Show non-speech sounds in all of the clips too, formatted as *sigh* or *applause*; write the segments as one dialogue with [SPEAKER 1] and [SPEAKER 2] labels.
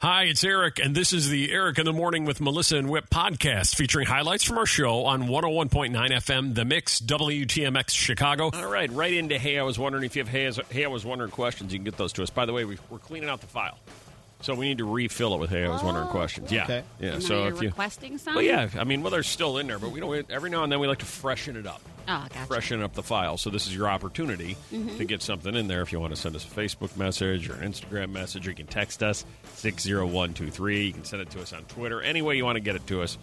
[SPEAKER 1] Hi, it's Eric, and this is the Eric in the Morning with Melissa and Whip podcast featuring highlights from our show on 101.9 FM, The Mix, WTMX Chicago.
[SPEAKER 2] All right, right into Hey, I Was Wondering. If you have Hey, I Was- hey, I Was Wondering questions, you can get those to us. By the way, we, we're cleaning out the file. So we need to refill it with Hey, I Was Wondering
[SPEAKER 3] Oh,
[SPEAKER 2] questions. Yeah.
[SPEAKER 3] okay.
[SPEAKER 2] Yeah.
[SPEAKER 3] And now
[SPEAKER 2] so
[SPEAKER 3] you're
[SPEAKER 2] if you.
[SPEAKER 3] requesting some?
[SPEAKER 2] Well, yeah. I mean, well, they're still in there, but we don't. we- Every now and then we like to freshen it up.
[SPEAKER 3] Oh, gotcha. Mm-hmm.
[SPEAKER 2] Freshen up the file. So this is your opportunity to get something in there. If you want to send us a Facebook message or an Instagram message, or you can text us six zero one two three. You can send it to us on Twitter. Any way you want to get it to us,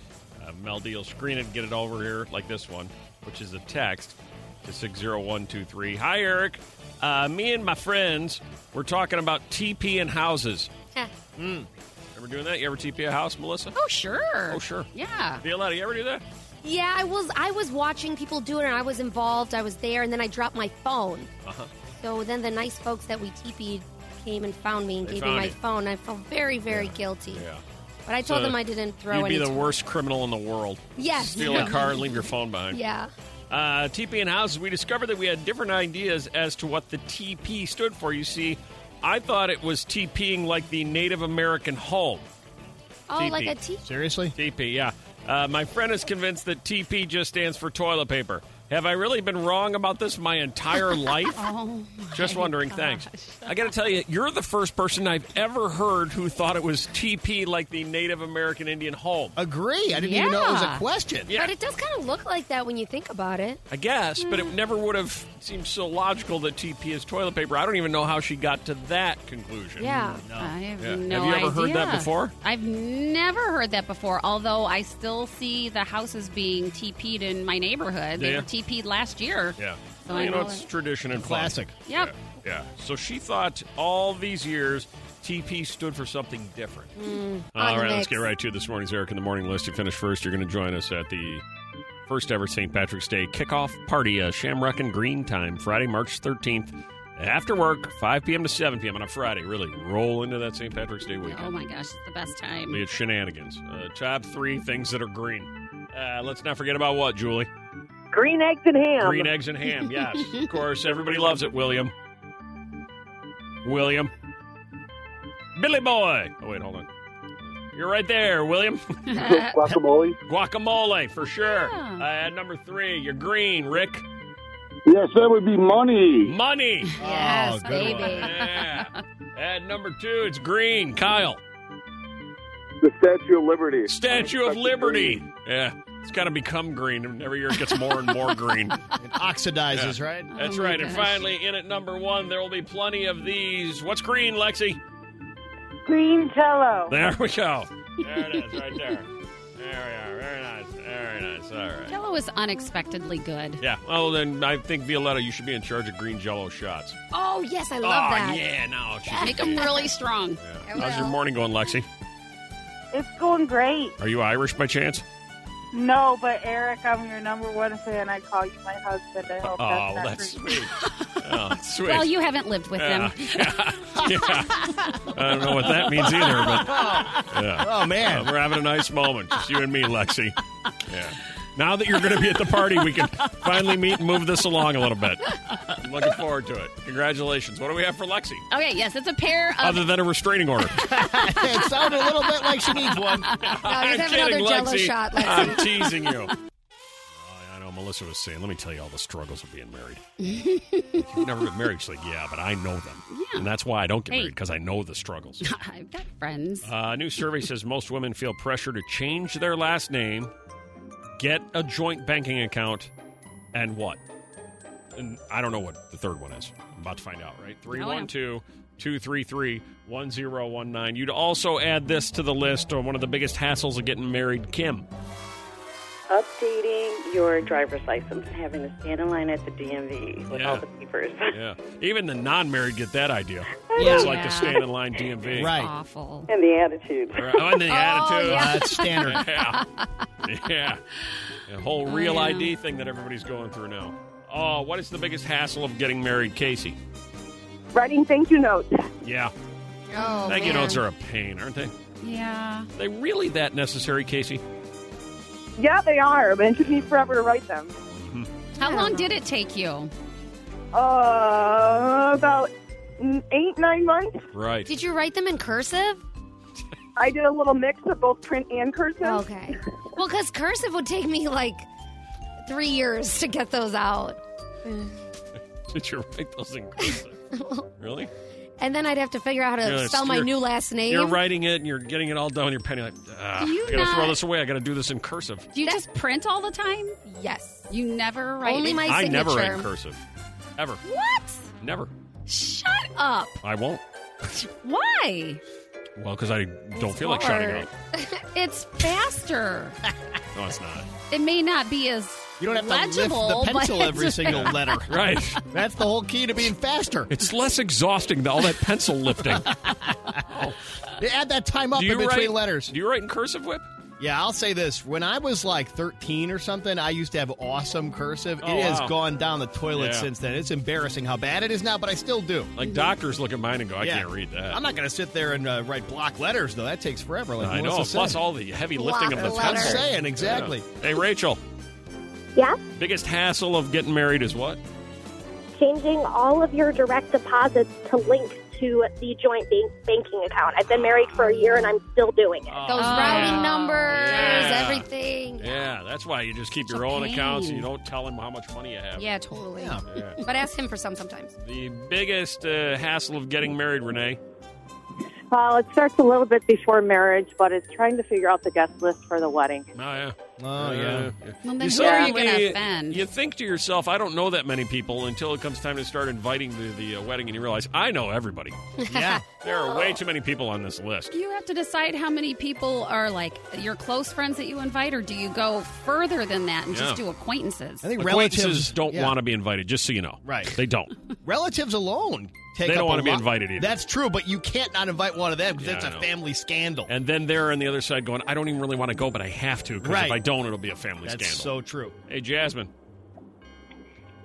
[SPEAKER 2] uh, Mel D will screen it, and get it over here like this one, which is a text to six zero one two three. Hi, Eric. Uh, me and my friends were talking about TP and houses. Hmm. Ever doing that? You ever TP a house, Melissa?
[SPEAKER 3] Oh, sure.
[SPEAKER 2] Oh, sure.
[SPEAKER 3] Yeah.
[SPEAKER 2] Violetta, you ever do that?
[SPEAKER 4] Yeah, I was I was watching people do it, and I was involved. I was there, and then I dropped my phone.
[SPEAKER 2] Uh-huh.
[SPEAKER 4] So then the nice folks that we teepeed came and found me and
[SPEAKER 2] They
[SPEAKER 4] gave me
[SPEAKER 2] found
[SPEAKER 4] my
[SPEAKER 2] you.
[SPEAKER 4] phone. I felt very, very guilty. But I told
[SPEAKER 2] So
[SPEAKER 4] them I didn't throw
[SPEAKER 2] You'd be
[SPEAKER 4] any.
[SPEAKER 2] the
[SPEAKER 4] t-
[SPEAKER 2] worst criminal in the world.
[SPEAKER 4] Yes.
[SPEAKER 2] Steal a car and leave your phone behind.
[SPEAKER 4] Yeah.
[SPEAKER 2] Uh, TP and houses, we discovered that we had different ideas as to what the TP stood for. You see, I thought it was TPing like the Native American home.
[SPEAKER 4] Oh,
[SPEAKER 2] Teepee.
[SPEAKER 4] like a teepee.
[SPEAKER 5] Seriously?
[SPEAKER 2] TP, yeah. Uh, my friend is convinced that TP just stands for toilet paper. Have I really been wrong about this my
[SPEAKER 4] *laughs*
[SPEAKER 2] entire life?
[SPEAKER 3] Oh,
[SPEAKER 2] Just
[SPEAKER 3] my
[SPEAKER 2] wondering.
[SPEAKER 3] gosh.
[SPEAKER 2] Thanks. I got to tell you, you're the first person I've ever heard who thought it was TP like the Native American Indian home.
[SPEAKER 5] Agree. I didn't even know it was a
[SPEAKER 3] Yeah.
[SPEAKER 5] question.
[SPEAKER 2] Yeah.
[SPEAKER 4] But it does kind of look like that when you think about it.
[SPEAKER 2] I guess, but it never would have seemed so logical that TP is toilet paper. I don't even know how she got to that conclusion.
[SPEAKER 4] Yeah.
[SPEAKER 3] I have
[SPEAKER 2] Yeah.
[SPEAKER 3] no
[SPEAKER 2] Have you ever heard that
[SPEAKER 3] idea.
[SPEAKER 2] before?
[SPEAKER 3] I've never heard that before, although I still see the houses being TP'd in my neighborhood. They
[SPEAKER 2] Yeah.
[SPEAKER 3] were TP'd last year.
[SPEAKER 2] Yeah.
[SPEAKER 3] So
[SPEAKER 2] Well,
[SPEAKER 3] I
[SPEAKER 2] you know,
[SPEAKER 3] know
[SPEAKER 2] it's
[SPEAKER 3] it.
[SPEAKER 2] tradition and fun.
[SPEAKER 5] Classic.
[SPEAKER 3] Yep.
[SPEAKER 2] Yeah. yeah. So she thought all these years TP stood for something different. all
[SPEAKER 4] on the
[SPEAKER 2] right, let's
[SPEAKER 4] mix.
[SPEAKER 2] get right to it. this morning's Eric in the Morning List. You finish first, you're going to join us at the first ever St. Patrick's Day kickoff party, uh, Shamrock and Green Time, Friday, March 13th. After work, 5 p.m. to 7 p.m. on a Friday. Really roll into that St. Patrick's Day weekend.
[SPEAKER 3] Oh my gosh, it's the best time.
[SPEAKER 2] We had shenanigans. Uh, top three things that are green. Uh, let's not forget about what, Julie?
[SPEAKER 6] Green eggs and ham.
[SPEAKER 2] Green eggs and ham.
[SPEAKER 6] *laughs*
[SPEAKER 2] Yes, of course. Everybody loves it, William. William. Billy Boy. Oh, wait, hold on. You're right there, William.
[SPEAKER 5] *laughs*
[SPEAKER 2] *laughs*
[SPEAKER 6] Guacamole.
[SPEAKER 5] Oh,
[SPEAKER 2] Guacamole, for sure.
[SPEAKER 3] Yeah.
[SPEAKER 2] Uh, at number three, you're green, Rick.
[SPEAKER 6] Yes, that would be money. *laughs*
[SPEAKER 2] Money.
[SPEAKER 5] Yes, good one.
[SPEAKER 4] baby.
[SPEAKER 2] Yeah. At number two, it's green, Kyle.
[SPEAKER 6] The Statue of Liberty.
[SPEAKER 2] Statue of Liberty. Yeah, it's got to become green, and every year it gets more and *laughs* more green.
[SPEAKER 4] Oh
[SPEAKER 5] It oxidizes, right?
[SPEAKER 2] That's
[SPEAKER 3] Oh my
[SPEAKER 2] right. And
[SPEAKER 3] gosh.
[SPEAKER 2] finally, in at number one, there will be plenty of these. What's green, Lexi?
[SPEAKER 6] Green jello.
[SPEAKER 2] There we go. There it is, right there. There we are. Very nice. Very nice. All right.
[SPEAKER 3] Jello is unexpectedly good.
[SPEAKER 2] Yeah. Well, then I think Violetta, you should be in charge of green jello shots.
[SPEAKER 4] Oh, yes, I love
[SPEAKER 2] oh,
[SPEAKER 4] that.
[SPEAKER 2] yeah. No. she's-
[SPEAKER 3] Make them really strong.
[SPEAKER 2] *laughs*
[SPEAKER 4] I
[SPEAKER 2] How's your
[SPEAKER 4] will.
[SPEAKER 2] morning going, Lexi?
[SPEAKER 6] It's going great.
[SPEAKER 2] Are you Irish by chance?
[SPEAKER 6] No, but Eric, I'm your number one fan. I call you my husband. I
[SPEAKER 2] Oh,
[SPEAKER 6] hope
[SPEAKER 2] well,
[SPEAKER 6] not
[SPEAKER 2] that's
[SPEAKER 6] creepy.
[SPEAKER 2] sweet.
[SPEAKER 4] *laughs*
[SPEAKER 2] Oh, that's sweet.
[SPEAKER 3] Well, you haven't lived with them.
[SPEAKER 2] Yeah. Yeah. I don't know what that means either, but yeah.
[SPEAKER 5] Oh, man.
[SPEAKER 2] Uh, we're having a nice moment, just you and me, Lexi. Yeah. Now that you're going to be at the party, we can finally meet and move this along a little bit. I'm looking forward to it. Congratulations. What do we have for Lexi?
[SPEAKER 3] Okay, yes, it's a pair of
[SPEAKER 2] Other than a restraining order.
[SPEAKER 5] it sounded a little bit
[SPEAKER 6] *laughs*
[SPEAKER 5] like she needs one.
[SPEAKER 4] No, just
[SPEAKER 2] I'm
[SPEAKER 4] Oh, have
[SPEAKER 2] kidding, *laughs*
[SPEAKER 4] another jello
[SPEAKER 2] Lexi.
[SPEAKER 4] shot, Lexi.
[SPEAKER 2] I'm teasing you. Oh, yeah, I know Melissa was saying, let me tell you all the struggles of being married. If You've never been married. She's like, yeah, but I know them. And that's why I don't get
[SPEAKER 3] Hey.
[SPEAKER 2] married because I know the struggles.
[SPEAKER 3] I've got friends.
[SPEAKER 2] Uh, a new survey says most women feel pressure to change their last name, get a joint banking account, and what? And I don't know what the third one is. I'm about to find out, right? 312 233 1019. You'd also add this to the list on one of the biggest hassles of getting married, Kim.
[SPEAKER 7] Updating your driver's license and having to stand in line at the DMV with all
[SPEAKER 2] Yeah.
[SPEAKER 7] the papers.
[SPEAKER 6] *laughs*
[SPEAKER 2] Yeah. Even the non married get that idea.
[SPEAKER 7] Yeah.
[SPEAKER 2] It's like
[SPEAKER 7] Yeah.
[SPEAKER 2] the stand in line DMV.
[SPEAKER 7] Right.
[SPEAKER 3] Awful.
[SPEAKER 7] And the attitude.
[SPEAKER 2] Right. Oh, and the attitude.
[SPEAKER 7] yeah. That's standard.
[SPEAKER 2] Yeah. *laughs* yeah. The whole
[SPEAKER 7] Oh,
[SPEAKER 2] real
[SPEAKER 7] yeah.
[SPEAKER 2] ID thing that everybody's going through now. Oh, what is the biggest hassle of getting married, Casey?
[SPEAKER 6] Writing thank you notes.
[SPEAKER 2] Yeah.
[SPEAKER 3] Oh,
[SPEAKER 2] Thank you
[SPEAKER 3] man.
[SPEAKER 2] notes are a pain, aren't they?
[SPEAKER 3] Yeah.
[SPEAKER 2] They really that necessary, Casey?
[SPEAKER 6] Yeah, they are, but it took me forever to write them.
[SPEAKER 3] How long did it take you?
[SPEAKER 6] Uh, about n- eight, nine months.
[SPEAKER 2] Right.
[SPEAKER 4] Did you write them in cursive?
[SPEAKER 6] I did a little mix of both print and cursive.
[SPEAKER 4] Okay. Well, because cursive would take me like three years to get those out.
[SPEAKER 2] *laughs* Did you write those in
[SPEAKER 3] *laughs*
[SPEAKER 2] cursive? really?
[SPEAKER 4] And then I'd have to figure out how to
[SPEAKER 2] Yeah,
[SPEAKER 4] spell my
[SPEAKER 2] you're-
[SPEAKER 4] new last name.
[SPEAKER 2] You're writing it and you're getting it all done. You're penning like, ah,
[SPEAKER 3] Do you
[SPEAKER 2] I gotta throw
[SPEAKER 3] not-
[SPEAKER 2] this away. I gotta do this in cursive.
[SPEAKER 3] Do you just print all the time?
[SPEAKER 4] Yes.
[SPEAKER 3] You never write
[SPEAKER 4] Only
[SPEAKER 3] it?
[SPEAKER 4] my
[SPEAKER 2] I never write in cursive, ever,
[SPEAKER 3] What?
[SPEAKER 2] never.
[SPEAKER 3] Shut up.
[SPEAKER 2] I won't.
[SPEAKER 3] Why?
[SPEAKER 2] Well, because I don't feel like shouting out.
[SPEAKER 3] it's
[SPEAKER 4] *laughs*
[SPEAKER 3] faster.
[SPEAKER 2] No, it's not.
[SPEAKER 3] It may not be as
[SPEAKER 5] You don't have to
[SPEAKER 3] legible,
[SPEAKER 5] lift the
[SPEAKER 3] but
[SPEAKER 5] pencil
[SPEAKER 3] it's- *laughs*
[SPEAKER 5] every single letter.
[SPEAKER 2] Right. *laughs*
[SPEAKER 5] That's the whole key to being faster.
[SPEAKER 2] It's less exhausting than all that pencil lifting.
[SPEAKER 5] Add that time up
[SPEAKER 2] Do
[SPEAKER 5] in
[SPEAKER 2] you
[SPEAKER 5] between
[SPEAKER 2] write-
[SPEAKER 5] letters.
[SPEAKER 2] Do you write in cursive, Whip?
[SPEAKER 5] Yeah, I'll say this. When I was like 13 or something, I used to have awesome cursive.
[SPEAKER 2] Oh,
[SPEAKER 5] it has
[SPEAKER 2] wow.
[SPEAKER 5] gone down the toilet
[SPEAKER 2] Yeah.
[SPEAKER 5] since then. It's embarrassing how bad it is now, but I still do.
[SPEAKER 2] Like doctors look at mine and go, "I
[SPEAKER 5] Mm-hmm. Yeah.
[SPEAKER 2] can't read that."
[SPEAKER 5] I'm not going to sit there and uh, write block letters, though. That takes forever. Like
[SPEAKER 2] I know.
[SPEAKER 5] Melissa
[SPEAKER 2] Plus
[SPEAKER 5] said.
[SPEAKER 2] all the heavy
[SPEAKER 5] Block
[SPEAKER 2] lifting of the
[SPEAKER 5] the letter.
[SPEAKER 2] pencil.
[SPEAKER 5] I'm saying, exactly.
[SPEAKER 2] Yeah. Hey, Rachel.
[SPEAKER 8] Yeah?
[SPEAKER 2] Biggest hassle of getting married is what?
[SPEAKER 8] Changing all of your direct deposits to link to the joint bank- banking account. I've been married for a year and I'm still doing it.
[SPEAKER 4] Those
[SPEAKER 2] Ah,
[SPEAKER 4] routing numbers,
[SPEAKER 2] Yeah.
[SPEAKER 4] everything.
[SPEAKER 2] Yeah, that's why you just keep your
[SPEAKER 4] a
[SPEAKER 2] own
[SPEAKER 4] pain.
[SPEAKER 2] accounts and you don't tell them how much money you have.
[SPEAKER 4] Yeah, totally.
[SPEAKER 2] Yeah.
[SPEAKER 4] But ask him for some sometimes.
[SPEAKER 2] The biggest uh, hassle of getting married, Renee.
[SPEAKER 6] Well, it starts a little bit before marriage, but it's trying to figure out the guest list for the wedding.
[SPEAKER 2] Oh yeah.
[SPEAKER 5] Oh yeah.
[SPEAKER 3] Well, then who
[SPEAKER 2] You
[SPEAKER 3] are you
[SPEAKER 2] suddenly-
[SPEAKER 3] gonna offend?
[SPEAKER 2] You think to yourself, I don't know that many people until it comes time to start inviting to the uh, wedding, and you realize I
[SPEAKER 3] *laughs*
[SPEAKER 2] know everybody. *laughs*
[SPEAKER 5] Yeah.
[SPEAKER 2] There are way too many people on this list.
[SPEAKER 3] You have to decide how many people are like your close friends that you invite, or do you go further than that and just
[SPEAKER 2] Yeah.
[SPEAKER 3] do acquaintances?
[SPEAKER 5] I think
[SPEAKER 2] Acquaintances
[SPEAKER 5] relatives-
[SPEAKER 2] don't
[SPEAKER 5] yeah.
[SPEAKER 2] want to be invited, just so you know.
[SPEAKER 5] Right.
[SPEAKER 2] They don't.
[SPEAKER 5] Relatives alone take
[SPEAKER 2] They don't
[SPEAKER 5] up a
[SPEAKER 2] wanna be
[SPEAKER 5] lot.
[SPEAKER 2] invited either.
[SPEAKER 5] That's true, but you can't not invite one of them because
[SPEAKER 2] Yeah, I
[SPEAKER 5] that's
[SPEAKER 2] know.
[SPEAKER 5] a family scandal.
[SPEAKER 2] and then they're on the other side going, I don't even really want to go, but I have to, because if
[SPEAKER 5] Right.
[SPEAKER 2] I don't, it'll be a family
[SPEAKER 5] That's
[SPEAKER 2] scandal.
[SPEAKER 5] so true.
[SPEAKER 2] hey, Jasmine.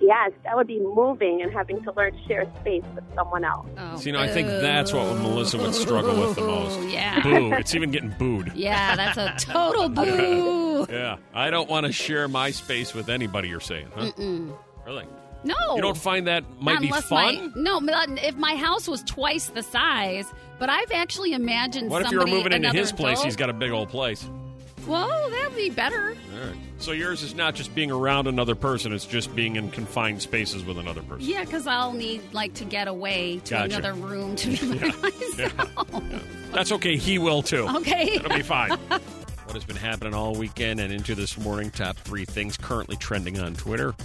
[SPEAKER 8] Yes, that would be moving and having to learn to share space with someone else.
[SPEAKER 3] Oh,
[SPEAKER 2] See, you know, I think that's what Melissa would struggle with the most.
[SPEAKER 3] boo. Oh, *laughs* Yeah.
[SPEAKER 2] Boo. It's even getting booed.
[SPEAKER 3] Yeah, that's a
[SPEAKER 2] *laughs*
[SPEAKER 3] total boo.
[SPEAKER 2] Yeah. I don't want to share my space with anybody, you're saying, huh?
[SPEAKER 3] Mm-mm.
[SPEAKER 2] Really?
[SPEAKER 3] No.
[SPEAKER 2] You don't find that might
[SPEAKER 3] Not
[SPEAKER 2] be
[SPEAKER 3] unless
[SPEAKER 2] fun?
[SPEAKER 3] My, no, not- if my house was twice the size, but I've actually imagined.
[SPEAKER 2] What if you were
[SPEAKER 3] somebody,
[SPEAKER 2] moving into
[SPEAKER 3] another
[SPEAKER 2] his place?
[SPEAKER 3] adult-
[SPEAKER 2] He's got a big old place.
[SPEAKER 3] Well, that'd be better.
[SPEAKER 2] All right. So yours is not just being around another person; it's just being in confined spaces with another person.
[SPEAKER 3] Yeah, because I'll need like to get away to
[SPEAKER 2] Gotcha.
[SPEAKER 3] another room
[SPEAKER 2] *laughs*
[SPEAKER 3] to be by myself.
[SPEAKER 2] That's okay. He will too.
[SPEAKER 3] *laughs* Okay.
[SPEAKER 2] it'll be
[SPEAKER 9] *laughs*
[SPEAKER 2] fine. what has been happening all weekend and into this morning? Top three things currently trending on Twitter.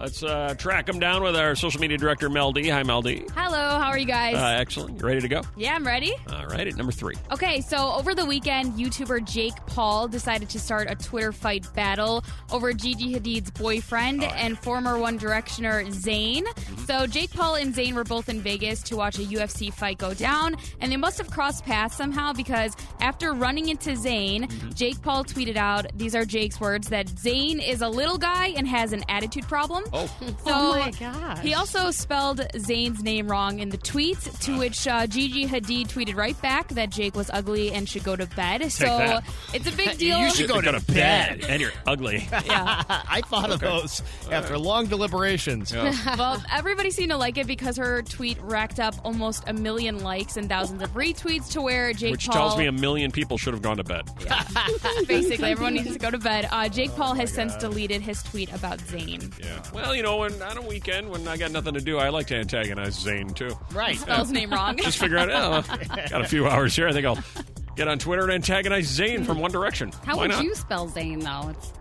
[SPEAKER 2] Let's uh, track them down with our social media director, Mel D. Hi, Mel D.
[SPEAKER 9] Hello, how are you guys?
[SPEAKER 2] Uh, excellent. You ready to go?
[SPEAKER 9] yeah, I'm ready. Oh,
[SPEAKER 2] All right. At number three.
[SPEAKER 9] Okay, so over the weekend, YouTuber Jake Paul decided to start a Twitter fight battle over Gigi Hadid's boyfriend and former One Directioner Zayn. So Jake Paul and Zayn were both in Vegas to watch a UFC fight go down, and they must have crossed paths somehow because after running into Zayn,
[SPEAKER 5] Mm-hmm.
[SPEAKER 9] Jake Paul tweeted out, "These are Jake's words that Zayn is a little guy and has an attitude problem." Oh, so
[SPEAKER 3] Oh my gosh.
[SPEAKER 9] He also spelled Zayn's name wrong in the tweet, to
[SPEAKER 2] Ah.
[SPEAKER 9] which uh, Gigi Hadid tweeted right back that Jake was ugly and should go to bed.
[SPEAKER 5] *laughs*
[SPEAKER 9] so
[SPEAKER 2] that.
[SPEAKER 9] it's a big deal.
[SPEAKER 2] and *laughs* you're ugly.
[SPEAKER 9] Yeah.
[SPEAKER 5] I thought of those after long deliberations. *laughs*
[SPEAKER 4] *laughs*
[SPEAKER 9] well, everybody everybody seemed to like it because her tweet racked up almost a million likes and thousands of retweets to where Jake
[SPEAKER 2] Which
[SPEAKER 9] Paul.
[SPEAKER 2] tells me a million people should have gone to bed.
[SPEAKER 9] basically, everyone *laughs* needs to go to bed. Uh, Jake Paul has since
[SPEAKER 2] Oh God.
[SPEAKER 9] deleted his tweet about Zayn.
[SPEAKER 2] Yeah. Well, you know, when, on a weekend when I got nothing to do, I like to antagonize Zane too.
[SPEAKER 9] Right. Spell his name
[SPEAKER 5] *laughs*
[SPEAKER 9] wrong.
[SPEAKER 2] Just figure out. *laughs* Oh, got a few hours here. I think I'll get on Twitter and antagonize Zane from One Direction.
[SPEAKER 3] How
[SPEAKER 2] Why
[SPEAKER 3] would
[SPEAKER 2] not?
[SPEAKER 3] you spell Zane though? It's,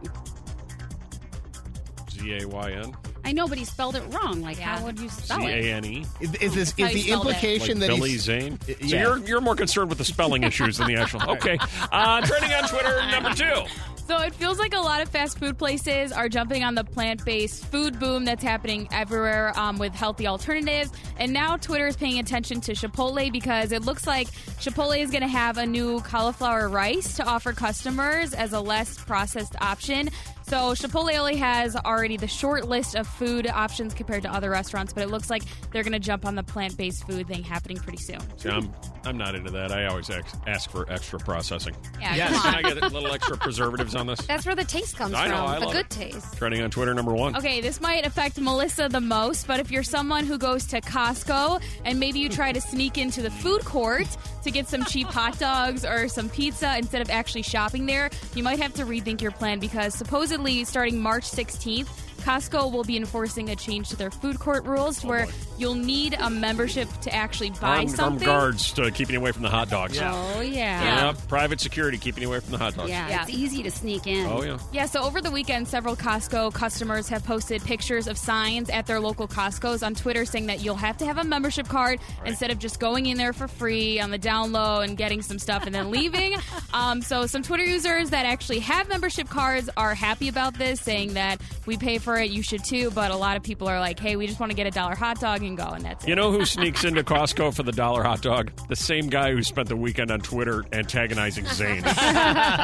[SPEAKER 2] Z a y n
[SPEAKER 3] I know, but he spelled it wrong. Like, how would you
[SPEAKER 2] z
[SPEAKER 3] spell
[SPEAKER 2] a
[SPEAKER 3] it?
[SPEAKER 2] n e.
[SPEAKER 5] Is, is this
[SPEAKER 3] That's how
[SPEAKER 5] is
[SPEAKER 3] you
[SPEAKER 5] the
[SPEAKER 3] spelled it.
[SPEAKER 5] implication
[SPEAKER 2] Like
[SPEAKER 5] that
[SPEAKER 2] Billy
[SPEAKER 5] he's Uh,
[SPEAKER 2] Zane. So
[SPEAKER 5] yeah.
[SPEAKER 2] you're you're more concerned with the spelling issues than the
[SPEAKER 5] *laughs*
[SPEAKER 2] actual. Okay. Uh, trending on Twitter number two.
[SPEAKER 9] So it feels like a lot of fast food places are jumping on the plant based food boom that's happening everywhere um, with healthy alternatives. And now Twitter is paying attention to Chipotle because it looks like Chipotle is going to have a new cauliflower rice to offer customers as a less processed option. So Chipotle only has already the short list of food options compared to other restaurants, but it looks like they're going to jump on the plant based food thing happening pretty soon.
[SPEAKER 2] See, I'm I'm not into that. I always ex- ask for extra processing.
[SPEAKER 3] Yeah,
[SPEAKER 9] Yes.
[SPEAKER 3] come on.
[SPEAKER 2] Can I get a little extra preservatives on this?
[SPEAKER 3] That's where the taste comes
[SPEAKER 2] I know,
[SPEAKER 3] from.
[SPEAKER 2] I
[SPEAKER 3] the
[SPEAKER 2] love
[SPEAKER 3] good
[SPEAKER 2] it.
[SPEAKER 3] taste.
[SPEAKER 2] Trending on Twitter number one.
[SPEAKER 9] Okay, this might affect Melissa the most, but if you're someone who goes to Costco and maybe you try to sneak into the food court to get some cheap hot dogs or some pizza instead of actually shopping there, you might have to rethink your plan because supposedly starting March 16th, Costco will be enforcing a change to their food court rules to where you'll need a membership to actually buy
[SPEAKER 2] Armed, armed
[SPEAKER 9] something.
[SPEAKER 2] guards to keeping you away from the hot dogs.
[SPEAKER 3] Oh
[SPEAKER 2] Yeah.
[SPEAKER 3] yeah.
[SPEAKER 2] private security keeping you away from the hot dogs.
[SPEAKER 3] Yeah, it's easy to sneak in.
[SPEAKER 2] Oh, yeah.
[SPEAKER 9] Yeah, so over the weekend, several Costco customers have posted pictures of signs at their local Costco's on Twitter saying that you'll have to have a membership card instead of just going in there for free on the down low and getting some stuff and
[SPEAKER 5] *laughs*
[SPEAKER 9] then leaving. um, so some Twitter users that actually have membership cards are happy about this, saying that we pay for it, you should too. But a lot of people are like, hey, we just want to get a dollar hot dog and go, and that's it.
[SPEAKER 2] You know who sneaks into Costco for the dollar hot dog? The same guy who spent the weekend on Twitter antagonizing Zane.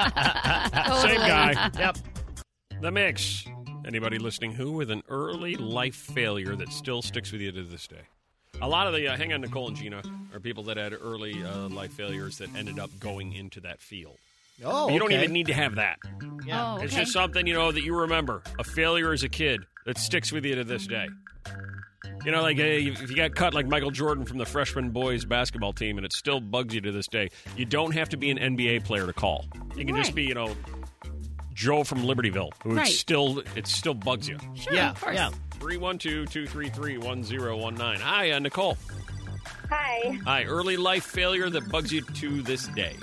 [SPEAKER 2] Same guy. Yep. The mix. Anybody listening who with an early life failure that still sticks with you to this day? A lot of the uh, hang on, Nicole and Gina are people that had early uh, life failures that ended up going into that field.
[SPEAKER 5] Oh,
[SPEAKER 2] you don't
[SPEAKER 5] okay.
[SPEAKER 2] even need to have that.
[SPEAKER 5] Yeah.
[SPEAKER 3] Oh,
[SPEAKER 2] It's just something you know that you remember. A failure as a kid that sticks with you to this day. You know, like uh, if if you got cut like Michael Jordan from the freshman boys basketball team, and it still bugs you to this day. You don't have to be an NBA player to call. You can just
[SPEAKER 3] Right.
[SPEAKER 2] be, you know, Joe from Libertyville, who
[SPEAKER 3] Right.
[SPEAKER 2] it still it still bugs you.
[SPEAKER 3] Sure, of course.
[SPEAKER 2] Three one two two three three one zero one nine. Hi, uh, Nicole.
[SPEAKER 10] Hi.
[SPEAKER 2] Hi, early life failure that bugs you to this day.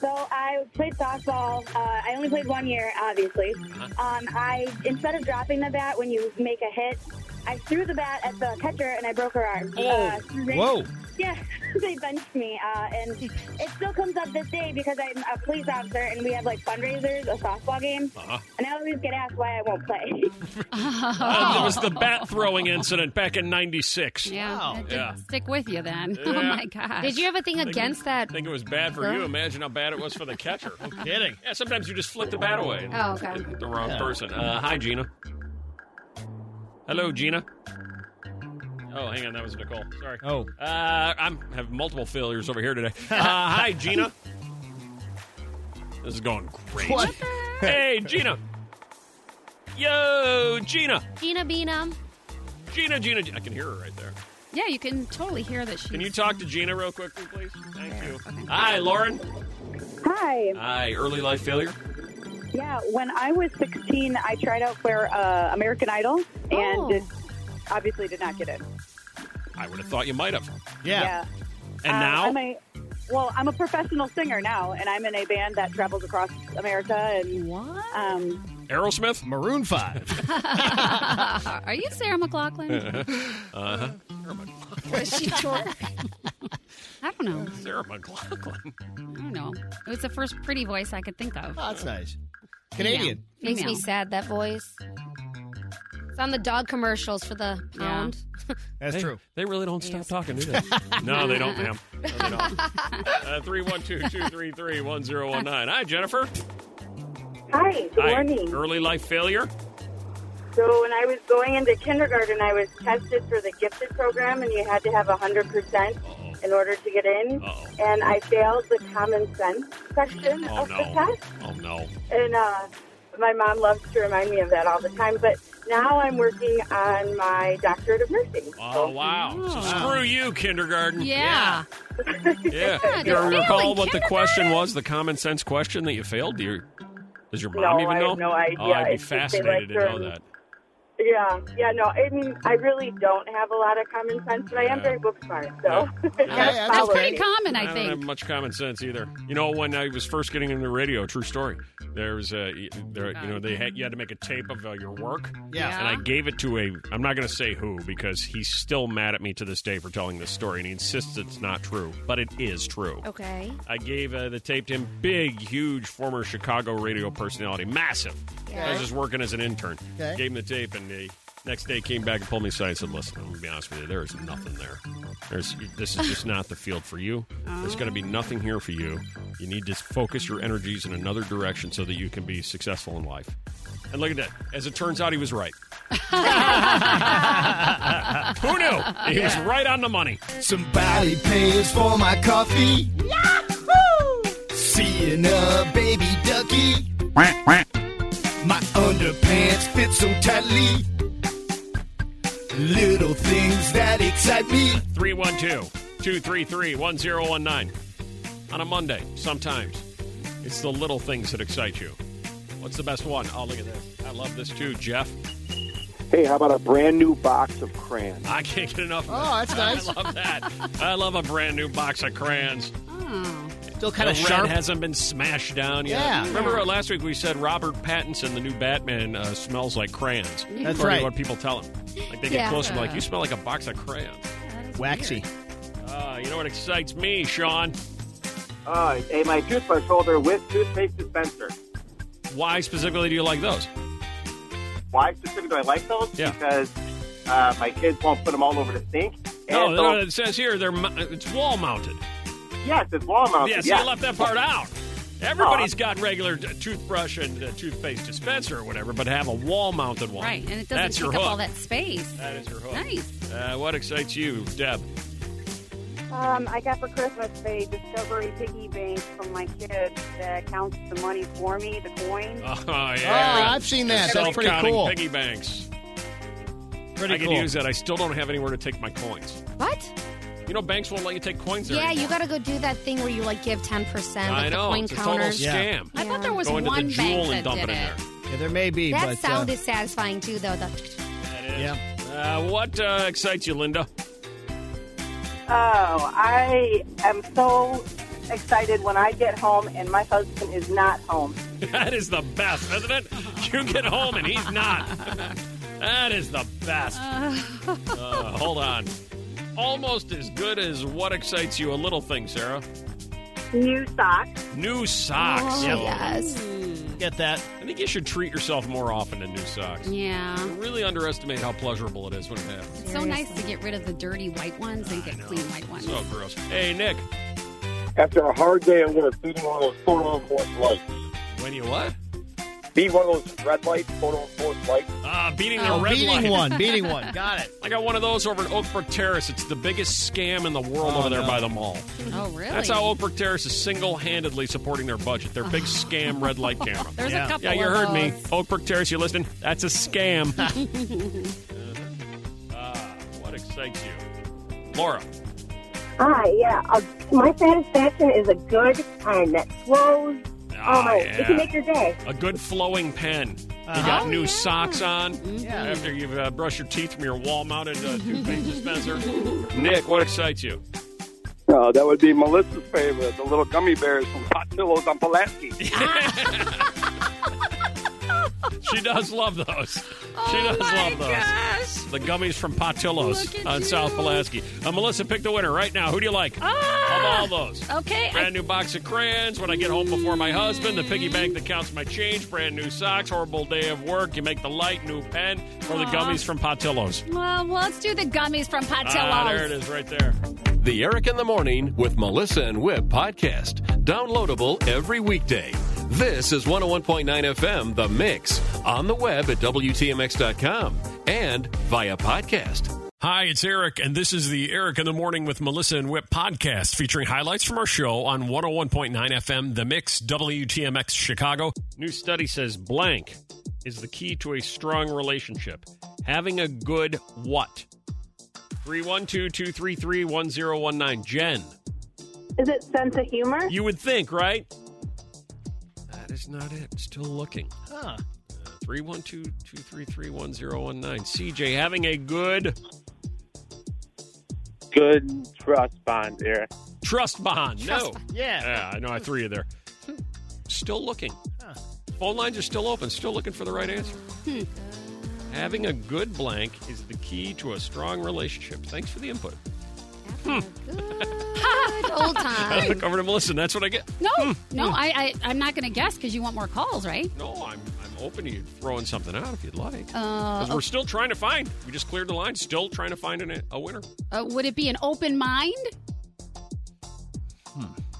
[SPEAKER 10] So I played softball. Uh, I only played one year, obviously. Um, I instead of dropping the bat when you make a hit, I threw the bat at the catcher and I broke her arm. Uh,
[SPEAKER 11] Oh.
[SPEAKER 10] they-
[SPEAKER 11] Whoa.
[SPEAKER 10] Yeah, *laughs* they benched me, uh, and it still comes up this day because I'm a police officer and we have like fundraisers, a softball game,
[SPEAKER 2] Uh-huh.
[SPEAKER 10] and I always get asked why I won't play. *laughs*
[SPEAKER 2] Uh, it was the bat throwing incident back in '96.
[SPEAKER 3] Oh. Yeah, that did
[SPEAKER 2] yeah.
[SPEAKER 3] stick with you then. *laughs*
[SPEAKER 2] Yeah.
[SPEAKER 3] Oh my gosh!
[SPEAKER 4] Did you have a thing
[SPEAKER 2] Think-
[SPEAKER 4] against that?
[SPEAKER 2] I think it was bad for
[SPEAKER 4] Huh?
[SPEAKER 2] you. Imagine how bad it was for the catcher. No kidding. Yeah, sometimes you just flip the bat away.
[SPEAKER 4] Oh, okay.
[SPEAKER 2] Hit The wrong person. Uh, hi, Gina. Hello, Gina. Oh, hang on. That was Nicole. Sorry.
[SPEAKER 5] Oh.
[SPEAKER 2] Uh, I have multiple failures over here today. Uh, hi, Gina. This is going great.
[SPEAKER 4] What
[SPEAKER 2] Hey, Gina. Yo, Gina.
[SPEAKER 3] Gina Beanum?
[SPEAKER 2] Gina, Gina. Gina. I can hear her right there.
[SPEAKER 3] Yeah, you can totally hear that she's.
[SPEAKER 2] Can you talk to Gina real quickly, please? Thank you. Hi, Lauren.
[SPEAKER 11] Hi.
[SPEAKER 2] Hi, early life failure.
[SPEAKER 11] Yeah, when I was 16, I tried out for uh, American Idol and
[SPEAKER 2] Oh.
[SPEAKER 11] just obviously did not get in.
[SPEAKER 2] I would have thought you might have.
[SPEAKER 11] Yeah.
[SPEAKER 2] And
[SPEAKER 11] Uh,
[SPEAKER 2] now?
[SPEAKER 11] I'm a, well, I'm a professional singer now, and I'm in a band that travels across America. And Um,
[SPEAKER 2] Aerosmith? Maroon 5. uh,
[SPEAKER 3] Are you Sarah
[SPEAKER 2] *laughs*
[SPEAKER 3] McLaughlin?
[SPEAKER 2] uh-huh.
[SPEAKER 3] Was she short? I don't know.
[SPEAKER 2] Sarah *laughs* McLaughlin.
[SPEAKER 3] I don't know. It was the first pretty voice I could think of.
[SPEAKER 5] Oh, that's nice. Canadian.
[SPEAKER 4] *laughs* Makes me
[SPEAKER 3] Female.
[SPEAKER 4] sad, that voice. It's on the dog commercials for the pound.
[SPEAKER 5] That's
[SPEAKER 2] They-
[SPEAKER 5] true.
[SPEAKER 2] They really don't stop talking, do they? *laughs* no, they don't, ma'am. No, they don't. Uh, 312-233-1019. Hi, Jennifer.
[SPEAKER 12] Hi, good
[SPEAKER 2] Hi.
[SPEAKER 12] morning.
[SPEAKER 2] Early life failure?
[SPEAKER 12] So when I was going into kindergarten, I was tested for the gifted program, and you had to have 100% in order to get in. And I failed the common sense section
[SPEAKER 2] Oh,
[SPEAKER 12] of
[SPEAKER 2] no.
[SPEAKER 12] the test.
[SPEAKER 2] Oh, no.
[SPEAKER 12] And uh, my mom loves to remind me of that all the time. But now I'm working on my doctorate of nursing.
[SPEAKER 2] Oh wow! So screw you, kindergarten.
[SPEAKER 3] Yeah. Uh,
[SPEAKER 2] Yeah.
[SPEAKER 3] God,
[SPEAKER 2] Do you
[SPEAKER 3] you're
[SPEAKER 2] recall
[SPEAKER 3] failing
[SPEAKER 2] what the question was? The common sense question that you failed. Do you, does your mom
[SPEAKER 12] No,
[SPEAKER 2] even
[SPEAKER 12] I
[SPEAKER 2] know?
[SPEAKER 12] have no idea.
[SPEAKER 2] Oh, I'd be
[SPEAKER 12] It's just they
[SPEAKER 2] fascinated to
[SPEAKER 12] like
[SPEAKER 2] know
[SPEAKER 12] certain-
[SPEAKER 2] that.
[SPEAKER 12] Yeah, yeah, no, I mean, I really don't have a lot of common sense, but I am
[SPEAKER 2] Yeah.
[SPEAKER 12] very book smart, *laughs* so.
[SPEAKER 3] That's pretty common, I
[SPEAKER 2] I don't have
[SPEAKER 3] think.
[SPEAKER 2] much common sense either. You know, when I was first getting into radio, true story. There was a there, you know they had you had to make a tape of uh, your work.
[SPEAKER 5] Yeah.
[SPEAKER 2] And I gave it to a I'm not going to say who because he's still mad at me to this day for telling this story and he insists it's not true, but it is true.
[SPEAKER 4] Okay.
[SPEAKER 2] I gave uh, the tape to him. Big, huge former Chicago radio personality, massive. I was just working as an intern.
[SPEAKER 5] Okay.
[SPEAKER 2] Gave him the tape, and the next day came back and pulled me aside and said, "Listen, I'm gonna be honest with you. There is nothing there. There's this is just not the field for you. There's gonna be nothing here for you. You need to focus your energies in another direction so that you can be successful in life." And look at that. As it turns out, he was right. *laughs* Who knew? He was right on the money.
[SPEAKER 13] Somebody pays for my coffee. Yahoo! Seeing a baby ducky. My underpants fit so tightly. Little things that excite me.
[SPEAKER 2] 312 233 1019. On a Monday, sometimes it's the little things that excite you. What's the best one? Oh, look at this. I love this too, Jeff.
[SPEAKER 14] Hey, how about a brand new box of crayons?
[SPEAKER 2] I can't get enough. of
[SPEAKER 5] Oh,
[SPEAKER 2] this.
[SPEAKER 5] that's nice.
[SPEAKER 2] I love that. I love a brand new box of crayons.
[SPEAKER 5] Still kind of
[SPEAKER 2] the red
[SPEAKER 5] sharp.
[SPEAKER 2] hasn't been smashed down yet.
[SPEAKER 5] Yeah.
[SPEAKER 2] Remember uh, last week we said Robert Pattinson, the new Batman, uh, smells like crayons.
[SPEAKER 5] That's
[SPEAKER 2] According
[SPEAKER 5] right.
[SPEAKER 2] to what people tell him. Like they get
[SPEAKER 5] Yeah.
[SPEAKER 2] close and be like, you smell like a box of crayons.
[SPEAKER 5] Waxy.
[SPEAKER 2] Uh, you know what excites me, Sean?
[SPEAKER 14] Uh, and my toothbrush holder with toothpaste dispenser.
[SPEAKER 2] Why specifically do you like those?
[SPEAKER 14] Why specifically do I like those?
[SPEAKER 2] Yeah.
[SPEAKER 14] Because uh, my kids won't put them all over the sink.
[SPEAKER 2] No, no,
[SPEAKER 14] And so-
[SPEAKER 2] Oh, it says here they're mo- it's wall mounted.
[SPEAKER 14] yes, it's wall
[SPEAKER 5] Oh,
[SPEAKER 14] mounted.
[SPEAKER 2] Yeah, so
[SPEAKER 14] yes.
[SPEAKER 2] you left that part out. Everybody's got regular t- toothbrush and uh, toothpaste dispenser or whatever, but have a wall mounted one.
[SPEAKER 3] Right, and it doesn't
[SPEAKER 2] That's
[SPEAKER 3] take up
[SPEAKER 2] your hook.
[SPEAKER 3] all that space.
[SPEAKER 2] That is your hook.
[SPEAKER 3] Nice.
[SPEAKER 2] Uh, what excites you, Deb? *laughs*
[SPEAKER 11] Um, I got for Christmas a Discovery piggy bank from my kids that counts the money for me, the coins.
[SPEAKER 2] Oh,
[SPEAKER 5] Oh, I've seen that. That's pretty
[SPEAKER 2] Self-counting
[SPEAKER 5] cool.
[SPEAKER 2] piggy banks.
[SPEAKER 5] Pretty
[SPEAKER 2] I can
[SPEAKER 5] cool.
[SPEAKER 2] use that. I still don't have anywhere to take my coins.
[SPEAKER 4] What?
[SPEAKER 2] You know, banks won't let you take coins there
[SPEAKER 4] Yeah,
[SPEAKER 2] anymore.
[SPEAKER 4] you got to go do that thing where you like give ten percent,
[SPEAKER 2] I
[SPEAKER 4] like
[SPEAKER 2] know,
[SPEAKER 4] the coin
[SPEAKER 2] it's a total
[SPEAKER 4] counters.
[SPEAKER 2] scam.
[SPEAKER 4] I thought there was
[SPEAKER 2] Go into
[SPEAKER 4] one
[SPEAKER 2] the
[SPEAKER 4] bank
[SPEAKER 2] jewel
[SPEAKER 4] that
[SPEAKER 2] and dump
[SPEAKER 4] did
[SPEAKER 2] it in
[SPEAKER 4] it.
[SPEAKER 2] there.
[SPEAKER 5] Yeah, there may be.
[SPEAKER 4] That
[SPEAKER 5] but,
[SPEAKER 4] sound
[SPEAKER 5] uh,
[SPEAKER 4] is satisfying too, though. The,
[SPEAKER 5] Yeah.
[SPEAKER 2] Uh, what uh, excites you, Linda?
[SPEAKER 7] Oh, I am so excited when I get home and my husband is not home.
[SPEAKER 2] *laughs* That is the best, isn't it? You get home and he's not. *laughs* That is the best. Uh, hold on. Almost as good as what excites you a little thing, Sarah.
[SPEAKER 7] New socks.
[SPEAKER 2] New socks.
[SPEAKER 4] Oh, yes. *laughs*
[SPEAKER 5] Get that.
[SPEAKER 2] I think you should treat yourself more often to new socks.
[SPEAKER 3] Yeah.
[SPEAKER 2] You really underestimate how pleasurable it is when it happens.
[SPEAKER 3] It's so nice to get rid of the dirty white ones and get clean white ones.
[SPEAKER 2] So gross. Hey, Nick,
[SPEAKER 14] After a hard day at work, beating one of those photo enforced lights.
[SPEAKER 2] when you what?
[SPEAKER 14] Beat one of those red lights, photo enforced lights.
[SPEAKER 2] Ah, beating the
[SPEAKER 5] Oh,
[SPEAKER 2] red
[SPEAKER 5] beating
[SPEAKER 2] light.
[SPEAKER 5] one, beating one. Got it.
[SPEAKER 2] *laughs* I got one of those over at Oakbrook Terrace. It's the biggest scam in the world
[SPEAKER 5] Oh,
[SPEAKER 2] over there
[SPEAKER 5] no.
[SPEAKER 2] by the mall.
[SPEAKER 3] Oh, really?
[SPEAKER 2] That's how Oakbrook Terrace is single-handedly supporting their budget.
[SPEAKER 5] *laughs*
[SPEAKER 2] Their big scam red light camera.
[SPEAKER 3] There's a
[SPEAKER 2] yeah.
[SPEAKER 3] couple
[SPEAKER 2] Yeah, you
[SPEAKER 3] of
[SPEAKER 2] heard me.
[SPEAKER 3] those.
[SPEAKER 2] Oakbrook Terrace, you listening? That's a
[SPEAKER 5] *laughs*
[SPEAKER 2] scam. Ah, what excites you, Laura?
[SPEAKER 8] Hi, yeah. Uh, my satisfaction is a good pen that flows.
[SPEAKER 2] Ah,
[SPEAKER 8] oh, my, it
[SPEAKER 2] yeah.
[SPEAKER 8] can make your day.
[SPEAKER 2] A good flowing pen. You
[SPEAKER 3] Oh,
[SPEAKER 2] got new socks on
[SPEAKER 3] Mm-hmm.
[SPEAKER 2] after you've uh, brushed your teeth from your wall-mounted
[SPEAKER 3] *laughs*
[SPEAKER 2] uh, toothpaste dispenser. Nick, what excites you?
[SPEAKER 14] Uh, that would be Melissa's favorite, the little gummy bears from Hot Pillows on Pulaski.
[SPEAKER 2] *laughs* She does love those. she
[SPEAKER 3] Oh
[SPEAKER 2] does
[SPEAKER 3] my
[SPEAKER 2] love those. The gummies from Patillos
[SPEAKER 3] Look at
[SPEAKER 2] on
[SPEAKER 3] you.
[SPEAKER 2] South Pulaski. Uh, Melissa, pick the winner right now. Who do you like?
[SPEAKER 3] Ah!
[SPEAKER 2] Of all those.
[SPEAKER 3] Okay. I-
[SPEAKER 2] Brand new box of crayons when I get home before my husband, the piggy bank that counts my change, brand new socks, horrible day of work, you make the light, new pen, or the
[SPEAKER 3] Aw.
[SPEAKER 2] gummies from Patillos.
[SPEAKER 3] well, well, let's do the gummies from Patillos.
[SPEAKER 2] Ah, there it is right there.
[SPEAKER 15] The Eric in the Morning with Melissa and Whip podcast. Downloadable every weekday. This is 101.9 FM, The Mix, on the web at WTMX.com and via podcast.
[SPEAKER 1] Hi, it's Eric, and this is the Eric in the Morning with Melissa and Whip podcast featuring highlights from our show on 101.9 FM, The Mix, WTMX Chicago.
[SPEAKER 2] New study says blank is the key to a strong relationship. Having a good what? 312 233 1019. Jen,
[SPEAKER 7] Is it sense of humor?
[SPEAKER 2] you would think, right? That is not it. Still looking.
[SPEAKER 5] Huh.
[SPEAKER 2] 312 233 1019. CJ, having a good
[SPEAKER 14] Good trust bond there.
[SPEAKER 2] trust bond.
[SPEAKER 5] Trust
[SPEAKER 2] no.
[SPEAKER 5] bond. Yeah.
[SPEAKER 2] Yeah, I know. I threw you there. Still looking. Phone lines are still open. Still looking for the right answer.
[SPEAKER 5] Hmm.
[SPEAKER 2] Having a good blank is the key to a strong relationship. Thanks for the input.
[SPEAKER 3] Good old
[SPEAKER 2] *laughs* I look over to Melissa, and that's what I get.
[SPEAKER 3] No,
[SPEAKER 2] Hmm.
[SPEAKER 3] no, I, I, I'm not going to guess because you want more calls, right?
[SPEAKER 2] No, I'm I'm open to you throwing something out if you'd like.
[SPEAKER 3] Uh,
[SPEAKER 2] 'Cause
[SPEAKER 4] oh.
[SPEAKER 2] we're still trying to find. We just cleared the line. Still trying to find an, a winner.
[SPEAKER 3] Uh, would it be an open mind? *laughs*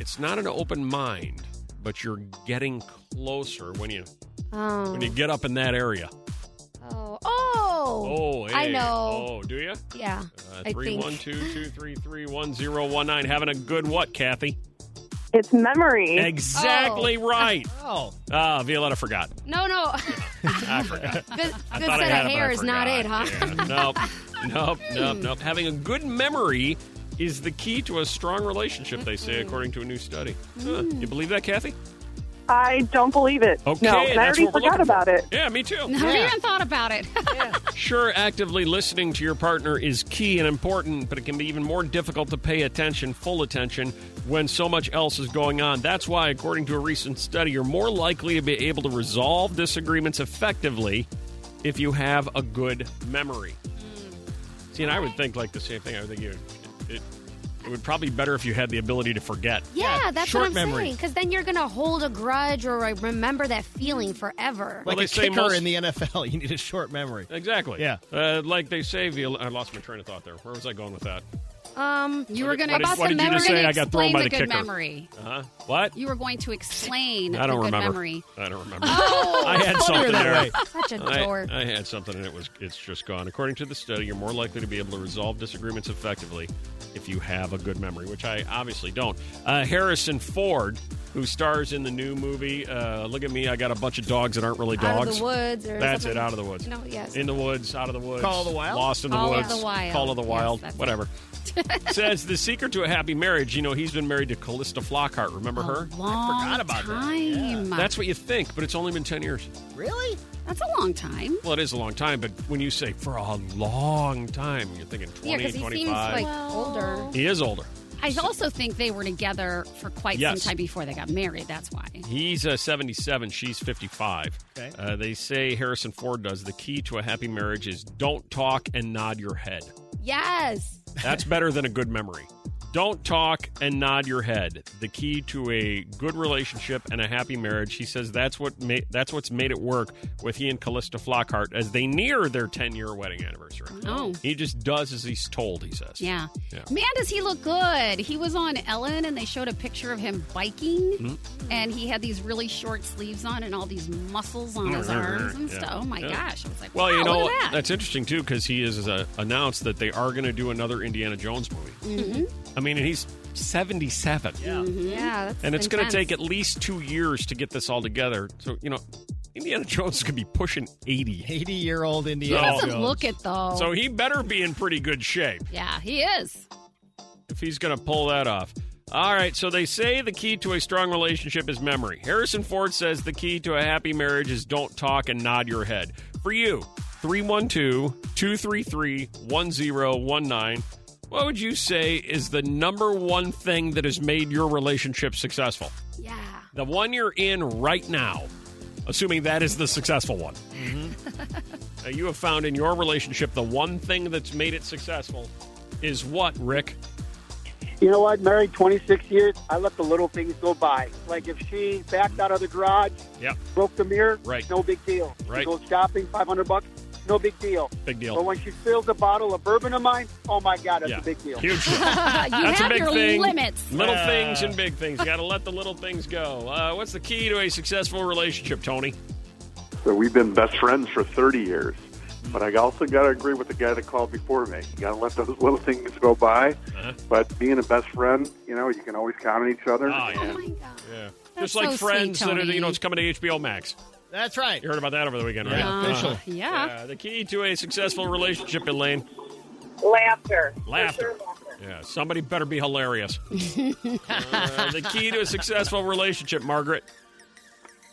[SPEAKER 2] It's not an open mind, but you're getting closer when you
[SPEAKER 4] Oh.
[SPEAKER 2] when you get up in that area.
[SPEAKER 4] Oh. Oh.
[SPEAKER 2] Oh, hey.
[SPEAKER 4] I know.
[SPEAKER 2] Oh, do you?
[SPEAKER 4] Yeah.
[SPEAKER 2] Uh,
[SPEAKER 4] I
[SPEAKER 2] three
[SPEAKER 4] think.
[SPEAKER 2] one two two three three one zero one nine. Having a good what, Kathy?
[SPEAKER 7] It's
[SPEAKER 4] Oh.
[SPEAKER 7] memory.
[SPEAKER 2] Exactly
[SPEAKER 4] *laughs*
[SPEAKER 2] right.
[SPEAKER 5] Oh.
[SPEAKER 2] Ah, Violetta forgot.
[SPEAKER 4] No, no.
[SPEAKER 2] *laughs* I
[SPEAKER 4] *laughs*
[SPEAKER 2] forgot.
[SPEAKER 4] Good,
[SPEAKER 2] I
[SPEAKER 4] good
[SPEAKER 2] thought I
[SPEAKER 4] set
[SPEAKER 2] had
[SPEAKER 4] of
[SPEAKER 2] it, but
[SPEAKER 4] hair
[SPEAKER 2] I
[SPEAKER 4] is not it, huh?
[SPEAKER 2] forgot. Yeah. *laughs* Nope. Nope. Nope. Nope. Having a good memory is the key to a strong relationship, they say, according to a new study. Huh. You believe that, Kathy?
[SPEAKER 7] I don't believe it.
[SPEAKER 2] Okay,
[SPEAKER 7] no, and I
[SPEAKER 2] that's
[SPEAKER 7] already
[SPEAKER 2] what we're
[SPEAKER 7] forgot
[SPEAKER 2] looking for.
[SPEAKER 7] about it.
[SPEAKER 2] Yeah, me too.
[SPEAKER 3] Never even thought about it. *laughs*
[SPEAKER 2] Sure, actively listening to your partner is key and important, but it can be even more difficult to pay attention, full attention, when so much else is going on. That's why, according to a recent study, you're more likely to be able to resolve disagreements effectively if you have a good memory.
[SPEAKER 3] Mm.
[SPEAKER 2] See, and I would think like the same thing. I would think you, it, it would probably be better if you had the ability to forget.
[SPEAKER 4] *laughs* Yeah, that's
[SPEAKER 2] Short
[SPEAKER 4] what I'm
[SPEAKER 2] memory.
[SPEAKER 4] saying. Because then you're gonna hold a grudge or like, remember that feeling forever.
[SPEAKER 5] Like
[SPEAKER 2] they
[SPEAKER 5] a
[SPEAKER 2] say
[SPEAKER 5] kicker
[SPEAKER 2] most-
[SPEAKER 5] in the NFL, *laughs* you need a short memory.
[SPEAKER 2] Exactly.
[SPEAKER 5] Yeah.
[SPEAKER 2] Uh, like they say, Viol- I lost my train of thought there. Where was I going with that?
[SPEAKER 4] Um,
[SPEAKER 3] you were going
[SPEAKER 2] What did-
[SPEAKER 3] about
[SPEAKER 2] what
[SPEAKER 3] the
[SPEAKER 2] did you
[SPEAKER 3] memory.
[SPEAKER 2] just say? I got thrown
[SPEAKER 3] explain
[SPEAKER 2] by
[SPEAKER 3] the
[SPEAKER 2] the
[SPEAKER 3] good
[SPEAKER 2] kicker.
[SPEAKER 3] memory.
[SPEAKER 2] Uh huh. What?
[SPEAKER 3] You were going to explain.
[SPEAKER 2] I don't
[SPEAKER 3] the good
[SPEAKER 2] remember.
[SPEAKER 3] memory.
[SPEAKER 2] I don't remember.
[SPEAKER 3] Oh,
[SPEAKER 2] I had
[SPEAKER 3] funnier
[SPEAKER 2] something
[SPEAKER 3] that
[SPEAKER 2] there.
[SPEAKER 3] way. Such a
[SPEAKER 2] I-
[SPEAKER 3] dork.
[SPEAKER 2] I, had something and it was it's just gone. According to the study, you're more likely to be able to resolve disagreements effectively if you have a good memory, which I obviously don't. Uh, Harrison Ford, who stars in the new movie, uh, look at me, I got a bunch of dogs that aren't really
[SPEAKER 4] Out of
[SPEAKER 2] dogs.
[SPEAKER 4] the Woods or
[SPEAKER 2] That's
[SPEAKER 4] something.
[SPEAKER 2] it, out of the woods.
[SPEAKER 4] No, yes.
[SPEAKER 2] in the woods, out of the woods,
[SPEAKER 5] Call of the Wild?
[SPEAKER 2] lost in the
[SPEAKER 5] Call of
[SPEAKER 2] woods,
[SPEAKER 5] the Wild.
[SPEAKER 2] call of the
[SPEAKER 5] Yes,
[SPEAKER 2] wild,
[SPEAKER 5] that's it.
[SPEAKER 2] whatever. Says the secret to a happy marriage. You know, he's been married to Callista Flockhart. Remember her?
[SPEAKER 3] Long time.
[SPEAKER 2] That's what you think, but it's only been 10 years.
[SPEAKER 3] really. That's a long time.
[SPEAKER 2] Well, it is a long time, but when you say for a long time, you're thinking 20,
[SPEAKER 3] Yeah, 'cause he seems
[SPEAKER 2] 25.
[SPEAKER 3] like older.
[SPEAKER 2] he is older.
[SPEAKER 3] I also think they were together for quite
[SPEAKER 2] Yes.
[SPEAKER 3] some time before they got married. That's why.
[SPEAKER 2] He's uh, 77, she's 55.
[SPEAKER 3] Okay.
[SPEAKER 2] Uh, they say Harrison Ford does the key to a happy marriage is don't talk and nod your head.
[SPEAKER 4] Yes.
[SPEAKER 2] That's better than a good memory. Don't talk and nod your head. The key to a good relationship and a happy marriage. He says that's what ma- that's what's made it work with he and Callista Flockhart as they near their 10-year wedding anniversary.
[SPEAKER 3] Oh.
[SPEAKER 2] He just does as he's told, he says.
[SPEAKER 3] Yeah.
[SPEAKER 2] Yeah.
[SPEAKER 3] Man, does he look good? He was on Ellen and they showed a picture of him biking
[SPEAKER 2] Mhm.
[SPEAKER 3] and he had these really short sleeves on and all these muscles on his arms and
[SPEAKER 2] Yeah.
[SPEAKER 3] stuff. Oh my
[SPEAKER 2] Yeah.
[SPEAKER 3] gosh. I was like,
[SPEAKER 2] Well,
[SPEAKER 3] wow,
[SPEAKER 2] you know
[SPEAKER 3] Oh, look at that.
[SPEAKER 2] that's interesting too because he has uh, announced that they are going to do another Indiana Jones movie.
[SPEAKER 3] Mhm.
[SPEAKER 2] I mean, and he's seventy-seven. Yeah,
[SPEAKER 4] Yeah. That's
[SPEAKER 2] and it's going to
[SPEAKER 4] intense.
[SPEAKER 2] take at least two years to get this all together. So you know, Indiana Jones is going to be pushing eighty.
[SPEAKER 5] Eighty-year-old
[SPEAKER 3] He
[SPEAKER 2] Indiana
[SPEAKER 3] doesn't look it though.
[SPEAKER 2] So he better be in pretty good shape
[SPEAKER 3] yeah, he
[SPEAKER 2] *laughs*
[SPEAKER 3] is. *laughs*
[SPEAKER 2] if he's going to pull that off. All right, so they say the key to a strong relationship is memory. Harrison Ford says the key to a happy marriage is don't talk and nod your head. For you, 312 233 1019. What would you say is the number one thing that has made your relationship successful?
[SPEAKER 4] Yeah.
[SPEAKER 2] The one you're in right now, assuming that is the successful one. *laughs* Now, you have found in your relationship the one thing that's made it successful is what, Rick?
[SPEAKER 14] You know what? Married 26 years, I let the little things go by. Like if she backed out of the garage,
[SPEAKER 2] Yep.
[SPEAKER 14] broke the mirror,
[SPEAKER 2] Right.
[SPEAKER 14] no big deal.
[SPEAKER 2] Right.
[SPEAKER 14] She goes shopping, 500 bucks, no big deal.
[SPEAKER 2] Big deal.
[SPEAKER 14] But when she spills a bottle of bourbon of mine, oh my God, that's
[SPEAKER 2] Yeah.
[SPEAKER 14] a big deal.
[SPEAKER 2] Huge. deal.
[SPEAKER 3] That's have your
[SPEAKER 2] *laughs*
[SPEAKER 3] limits.
[SPEAKER 2] Little
[SPEAKER 3] Yeah.
[SPEAKER 2] things and big things. You got to let the little things go. Uh, what's the key to a successful relationship, Tony?
[SPEAKER 16] So we've been best friends for 30 years. But I also got to agree with the guy that called before me. You got to let those little things go by. But being a best friend, you know, you can always count on each other.
[SPEAKER 2] Oh, yeah.
[SPEAKER 16] And
[SPEAKER 2] Yeah.
[SPEAKER 16] That's
[SPEAKER 2] Just like
[SPEAKER 16] so sweet,
[SPEAKER 2] friends that are,
[SPEAKER 16] Tony.
[SPEAKER 2] you know, it's coming to HBO Max.
[SPEAKER 5] That's right.
[SPEAKER 2] You heard about that over the weekend, right? Uh,
[SPEAKER 5] Yeah, official.
[SPEAKER 3] yeah.
[SPEAKER 2] The key to a successful relationship, Elaine.
[SPEAKER 7] Laughter.
[SPEAKER 2] Laughter. Yeah, somebody better be hilarious. Uh, the key to a successful relationship, Margaret.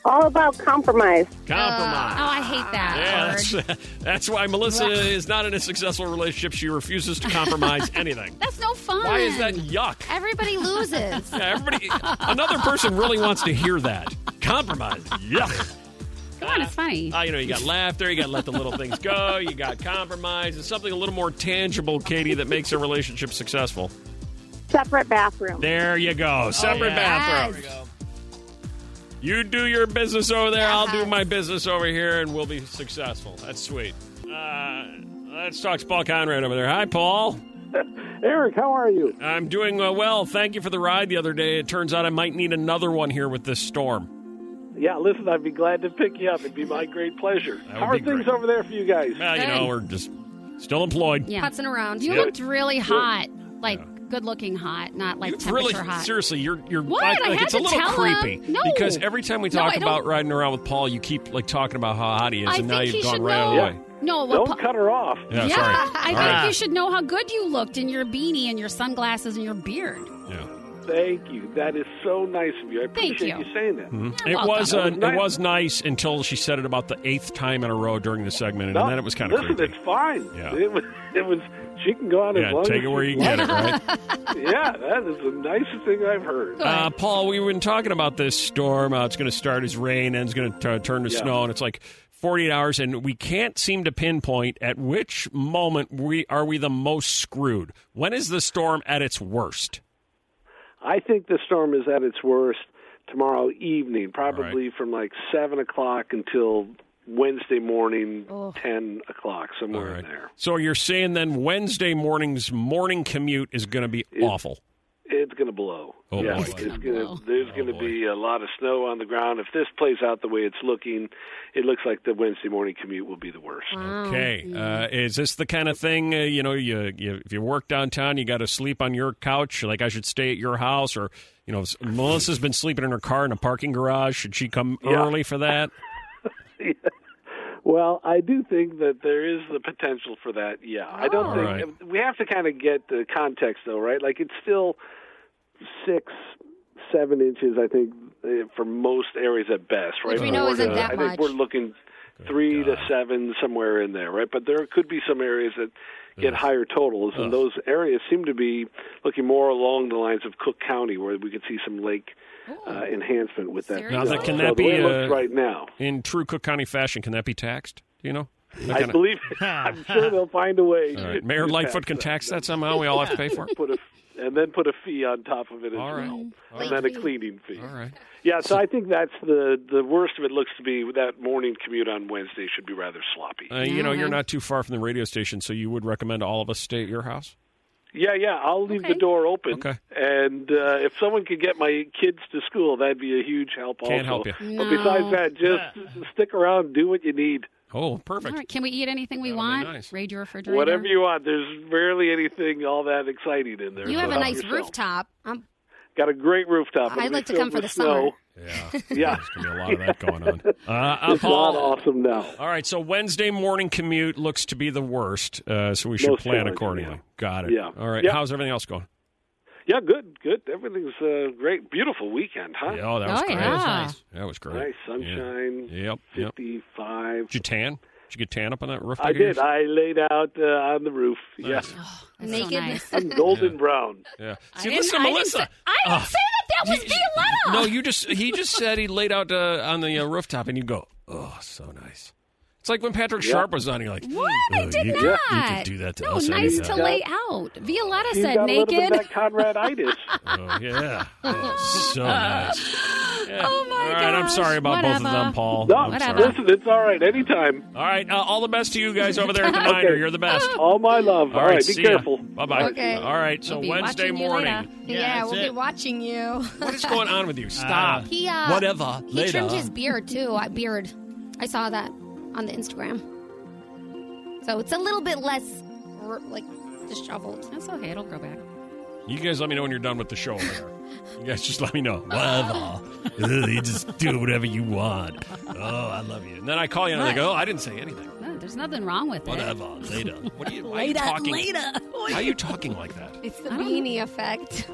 [SPEAKER 7] All about compromise.
[SPEAKER 2] Compromise.
[SPEAKER 3] oh, I hate that.
[SPEAKER 2] yeah,
[SPEAKER 3] word.
[SPEAKER 2] that's, *laughs* that's why Melissa is not in a successful relationship. She refuses to compromise anything.
[SPEAKER 3] That's no fun.
[SPEAKER 2] Why is that yuck?
[SPEAKER 4] Everybody loses.
[SPEAKER 2] *laughs* Yeah, everybody. Another person really wants to hear that. Compromise. Yuck.
[SPEAKER 3] Come on, it's funny.
[SPEAKER 2] Uh, you know, you got laughter, you got to let the little things go, you got compromise. It's something a little more tangible, Katie, that makes a relationship successful.
[SPEAKER 6] Separate bathroom.
[SPEAKER 2] There you go. Separate
[SPEAKER 6] yeah.
[SPEAKER 2] bathroom.
[SPEAKER 6] Yes.
[SPEAKER 2] You do your business over there, I'll do my business over here, and we'll be successful. That's sweet. Uh, let's talk to Paul Conrad over there. Hi, Paul.
[SPEAKER 17] Eric, how are you?
[SPEAKER 2] I'm doing uh, well. Thank you for the ride the other day. It turns out I might need another one here with this storm.
[SPEAKER 17] Yeah, listen, I'd be glad to pick you up. It'd be my great pleasure. How are
[SPEAKER 2] be
[SPEAKER 17] things over there for you guys?
[SPEAKER 2] Well, you know, we're just still employed.
[SPEAKER 3] Yeah. Putzing around. You
[SPEAKER 2] Yeah.
[SPEAKER 3] looked really hot. Like, good looking hot, not like temperature
[SPEAKER 2] really
[SPEAKER 3] hot.
[SPEAKER 2] seriously you're you're
[SPEAKER 3] What?
[SPEAKER 2] I feel
[SPEAKER 3] I
[SPEAKER 2] like
[SPEAKER 3] had
[SPEAKER 2] it's a
[SPEAKER 3] to
[SPEAKER 2] little
[SPEAKER 3] tell
[SPEAKER 2] creepy
[SPEAKER 3] him. No.
[SPEAKER 2] because every time we
[SPEAKER 3] No,
[SPEAKER 2] talk
[SPEAKER 3] I don't-
[SPEAKER 2] about riding around with paul you keep like talking about how hot he is
[SPEAKER 3] I
[SPEAKER 2] and now
[SPEAKER 3] think
[SPEAKER 2] you've
[SPEAKER 3] he
[SPEAKER 2] gone
[SPEAKER 3] should
[SPEAKER 2] right
[SPEAKER 3] know.
[SPEAKER 2] away
[SPEAKER 3] No, well,
[SPEAKER 17] Don't
[SPEAKER 3] Paul-
[SPEAKER 17] cut her off.
[SPEAKER 2] yeah,
[SPEAKER 3] yeah,
[SPEAKER 2] sorry
[SPEAKER 3] I think
[SPEAKER 2] All right.
[SPEAKER 3] you should know how good you looked in your beanie and your sunglasses and your beard.
[SPEAKER 17] Thank you. That is so nice of you. I appreciate
[SPEAKER 3] you.
[SPEAKER 17] saying that.
[SPEAKER 2] Mhm. it was uh, it was nice until she said it about the eighth time in a row during the segment and
[SPEAKER 17] No,
[SPEAKER 2] then it was kind of
[SPEAKER 17] listen,
[SPEAKER 2] creepy
[SPEAKER 17] it's fine.
[SPEAKER 2] Yeah.
[SPEAKER 17] It was. It was. She can go on
[SPEAKER 2] Yeah,
[SPEAKER 17] as long
[SPEAKER 2] take
[SPEAKER 17] as
[SPEAKER 2] it where
[SPEAKER 17] *laughs* she
[SPEAKER 2] you can get
[SPEAKER 17] wants. yeah, that is the nicest thing I've heard.
[SPEAKER 2] Uh, Paul, we've been talking about this storm. Uh, it's going to start as rain and it's going to turn to
[SPEAKER 17] Yeah.
[SPEAKER 2] snow, and it's like 48 hours, and we can't seem to pinpoint at which moment we are we the most screwed. When is the storm at its worst?
[SPEAKER 17] I think the storm is at its worst tomorrow evening, probably from like seven o'clock until Wednesday morning, ten o'clock, somewhere in there.
[SPEAKER 2] So you're saying then Wednesday morning's morning commute is going to be awful.
[SPEAKER 17] It's going to blow.
[SPEAKER 2] Oh,
[SPEAKER 17] yeah,
[SPEAKER 2] boy. Oh,
[SPEAKER 17] it's gonna, there's going to be a lot of snow on the ground. If this plays out the way it's looking, it looks like the Wednesday morning commute will be the worst.
[SPEAKER 2] Okay, uh, is this the kind of thing uh, you know? You, you if you work downtown, you got to sleep on your couch. Like I should stay at your house, or you know, s- Melissa's been sleeping in her car in a parking garage. Should she come early for that?
[SPEAKER 17] Well, I do think that there is the potential for that. Yeah, I don't
[SPEAKER 2] All
[SPEAKER 17] think
[SPEAKER 2] right.
[SPEAKER 17] we have to kind of get the context though, right? Like it's still six, seven inches, I think, eh, for most areas at best, right?
[SPEAKER 4] Which we know
[SPEAKER 17] Four
[SPEAKER 4] isn't
[SPEAKER 17] to-
[SPEAKER 4] that
[SPEAKER 17] I think
[SPEAKER 4] much.
[SPEAKER 17] we're looking three to seven somewhere in there, right? But there could be some areas that get higher totals, and those areas seem to be looking more along the lines of Cook County, where we could see some lake uh, enhancement with that.
[SPEAKER 2] Now, that,
[SPEAKER 17] snow.
[SPEAKER 2] can
[SPEAKER 17] So
[SPEAKER 2] that
[SPEAKER 17] the
[SPEAKER 2] be
[SPEAKER 17] way it looks
[SPEAKER 2] uh,
[SPEAKER 17] right now?
[SPEAKER 2] in true Cook County fashion? Can that be taxed? Do you know? That
[SPEAKER 17] I
[SPEAKER 2] kinda- *laughs*
[SPEAKER 17] believe I'm sure they'll find a way.
[SPEAKER 2] All right. Mayor
[SPEAKER 17] to
[SPEAKER 2] Lightfoot can tax that somehow. We all have to pay
[SPEAKER 17] *laughs*
[SPEAKER 2] for it.
[SPEAKER 17] Put a, and then put a fee on top of it as
[SPEAKER 2] All right.
[SPEAKER 17] well,
[SPEAKER 2] All
[SPEAKER 17] and
[SPEAKER 2] right.
[SPEAKER 17] then a cleaning fee.
[SPEAKER 2] All right.
[SPEAKER 17] Yeah, so I think that's the the worst of it. Looks to be that morning commute on Wednesday should be rather sloppy.
[SPEAKER 2] Uh, you know, you're not too far from the radio station, so you would recommend all of us stay at your house.
[SPEAKER 17] Yeah, yeah. I'll leave the door open,
[SPEAKER 2] Okay.
[SPEAKER 17] and uh, if someone could get my kids to school, that'd be a huge help.
[SPEAKER 2] Can't
[SPEAKER 17] also.
[SPEAKER 2] help you.
[SPEAKER 17] But besides that, just stick around, do what you need.
[SPEAKER 2] Oh,
[SPEAKER 3] All
[SPEAKER 2] perfect.
[SPEAKER 3] right, can we eat anything we want? Raid your refrigerator.
[SPEAKER 17] Whatever you want. There's rarely anything all that exciting in there.
[SPEAKER 4] You
[SPEAKER 17] so
[SPEAKER 4] have a
[SPEAKER 17] help
[SPEAKER 4] nice
[SPEAKER 17] yourself.
[SPEAKER 4] rooftop. Um, I'm,
[SPEAKER 17] Got a great rooftop.
[SPEAKER 4] I'd
[SPEAKER 17] It'll be
[SPEAKER 4] like to
[SPEAKER 17] filled
[SPEAKER 4] come for
[SPEAKER 17] with
[SPEAKER 4] the
[SPEAKER 17] snow.
[SPEAKER 2] Yeah.
[SPEAKER 17] *laughs* Yeah.
[SPEAKER 2] There's going to be a lot of that going
[SPEAKER 17] *laughs*
[SPEAKER 2] on. Uh, uh,
[SPEAKER 17] It's not
[SPEAKER 2] Paul.
[SPEAKER 17] awesome now.
[SPEAKER 2] All right, so Wednesday morning commute looks to be the worst, uh, so we should
[SPEAKER 17] Most
[SPEAKER 2] plan
[SPEAKER 17] challenging,
[SPEAKER 2] accordingly. Got it.
[SPEAKER 17] Yeah.
[SPEAKER 2] All right,
[SPEAKER 17] Yeah.
[SPEAKER 2] how's everything else going?
[SPEAKER 17] Yeah, good, good. Everything's uh, great. Beautiful weekend, huh?
[SPEAKER 2] Yeah, oh, that was
[SPEAKER 3] Oh,
[SPEAKER 2] great.
[SPEAKER 3] yeah. That was nice.
[SPEAKER 2] That was great.
[SPEAKER 17] Nice sunshine.
[SPEAKER 2] Yeah. Yep. yep. Did
[SPEAKER 17] 55.
[SPEAKER 2] you tan? Did you get tan up on that roof?
[SPEAKER 17] I
[SPEAKER 2] back here?
[SPEAKER 17] did. I laid out uh, on the roof. Yes.
[SPEAKER 4] naked.
[SPEAKER 3] *laughs*
[SPEAKER 17] I'm golden brown.
[SPEAKER 2] Yeah.
[SPEAKER 4] I
[SPEAKER 2] See,
[SPEAKER 4] didn't-
[SPEAKER 2] listen,
[SPEAKER 4] I didn't
[SPEAKER 2] Melissa.
[SPEAKER 4] say- I didn't
[SPEAKER 2] Ugh.
[SPEAKER 4] say that. That was
[SPEAKER 3] Ah!
[SPEAKER 4] Violetta.
[SPEAKER 2] No, you just he just said he laid out uh, on the uh, rooftop, and you go, oh, so nice. It's like when Patrick
[SPEAKER 3] Yeah.
[SPEAKER 2] Sharp was on. You're like,
[SPEAKER 3] What? I
[SPEAKER 2] "Ugh,
[SPEAKER 3] did
[SPEAKER 2] you,
[SPEAKER 3] not.
[SPEAKER 2] could- You could do that to
[SPEAKER 3] no,
[SPEAKER 2] us. I
[SPEAKER 3] nice
[SPEAKER 2] didn't
[SPEAKER 3] to
[SPEAKER 2] know.
[SPEAKER 3] lay out. Violetta
[SPEAKER 17] You
[SPEAKER 3] said
[SPEAKER 17] got a little
[SPEAKER 3] naked.
[SPEAKER 17] bit of that
[SPEAKER 4] *laughs*
[SPEAKER 17] Conraditis.
[SPEAKER 2] Oh, yeah. Oh, so nice.
[SPEAKER 3] Oh my
[SPEAKER 2] All right, I'm
[SPEAKER 3] gosh.
[SPEAKER 2] sorry about both of
[SPEAKER 3] Whatever.
[SPEAKER 2] them, Paul.
[SPEAKER 17] No,
[SPEAKER 2] I'm
[SPEAKER 3] Whatever.
[SPEAKER 2] sorry.
[SPEAKER 17] Listen, it's all right. Anytime.
[SPEAKER 2] All right, uh, all the best to you guys over there at the
[SPEAKER 17] *laughs* Okay.
[SPEAKER 2] Miner. You're the best.
[SPEAKER 17] All my love. All right, be careful.
[SPEAKER 2] Bye bye.
[SPEAKER 4] Okay.
[SPEAKER 2] All right, so
[SPEAKER 4] We'll be
[SPEAKER 2] Wednesday
[SPEAKER 4] watching you
[SPEAKER 2] morning.
[SPEAKER 4] later. Yeah, we'll be watching you.
[SPEAKER 2] *laughs* What is going on with you? Stop.
[SPEAKER 4] He uh,
[SPEAKER 2] Whatever.
[SPEAKER 4] He
[SPEAKER 2] later.
[SPEAKER 4] trimmed his beard too. I beard. I saw that on the Instagram. So it's a little bit less r- like disheveled.
[SPEAKER 3] That's okay. It'll grow back.
[SPEAKER 2] You guys let me know when you're done with the show over there. You guys just let me know. Whatever. Ugh, *laughs* you just do whatever you want. Oh, I love you. And then I call you and I go, oh, I didn't say anything.
[SPEAKER 3] No, there's nothing wrong with
[SPEAKER 2] Whatever. Later. What are
[SPEAKER 3] it.
[SPEAKER 2] you, why are you talking? Why are you talking like that?
[SPEAKER 4] It's the weenie effect.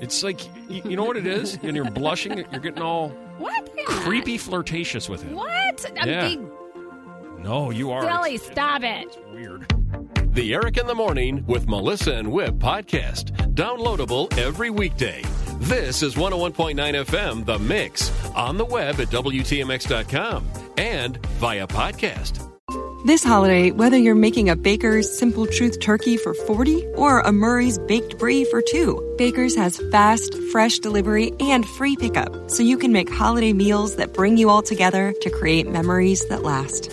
[SPEAKER 2] It's like, you, you know what it is? And you're blushing. You're getting all
[SPEAKER 3] What?
[SPEAKER 2] creepy flirtatious with him.
[SPEAKER 3] What? I'm
[SPEAKER 2] Yeah.
[SPEAKER 3] being
[SPEAKER 2] No, you
[SPEAKER 15] are.
[SPEAKER 3] silly. Stop it.
[SPEAKER 2] Weird.
[SPEAKER 15] The Eric in the Morning with Melissa and Whip podcast. Downloadable every weekday. This is 101.9 FM, The Mix, on the web at WTMX.com and via podcast.
[SPEAKER 18] This holiday, whether you're making a Baker's Simple Truth turkey for 40 or a Murray's Baked Brie for two, Baker's has fast, fresh delivery and free pickup so you can make holiday meals that bring you all together to create memories that last.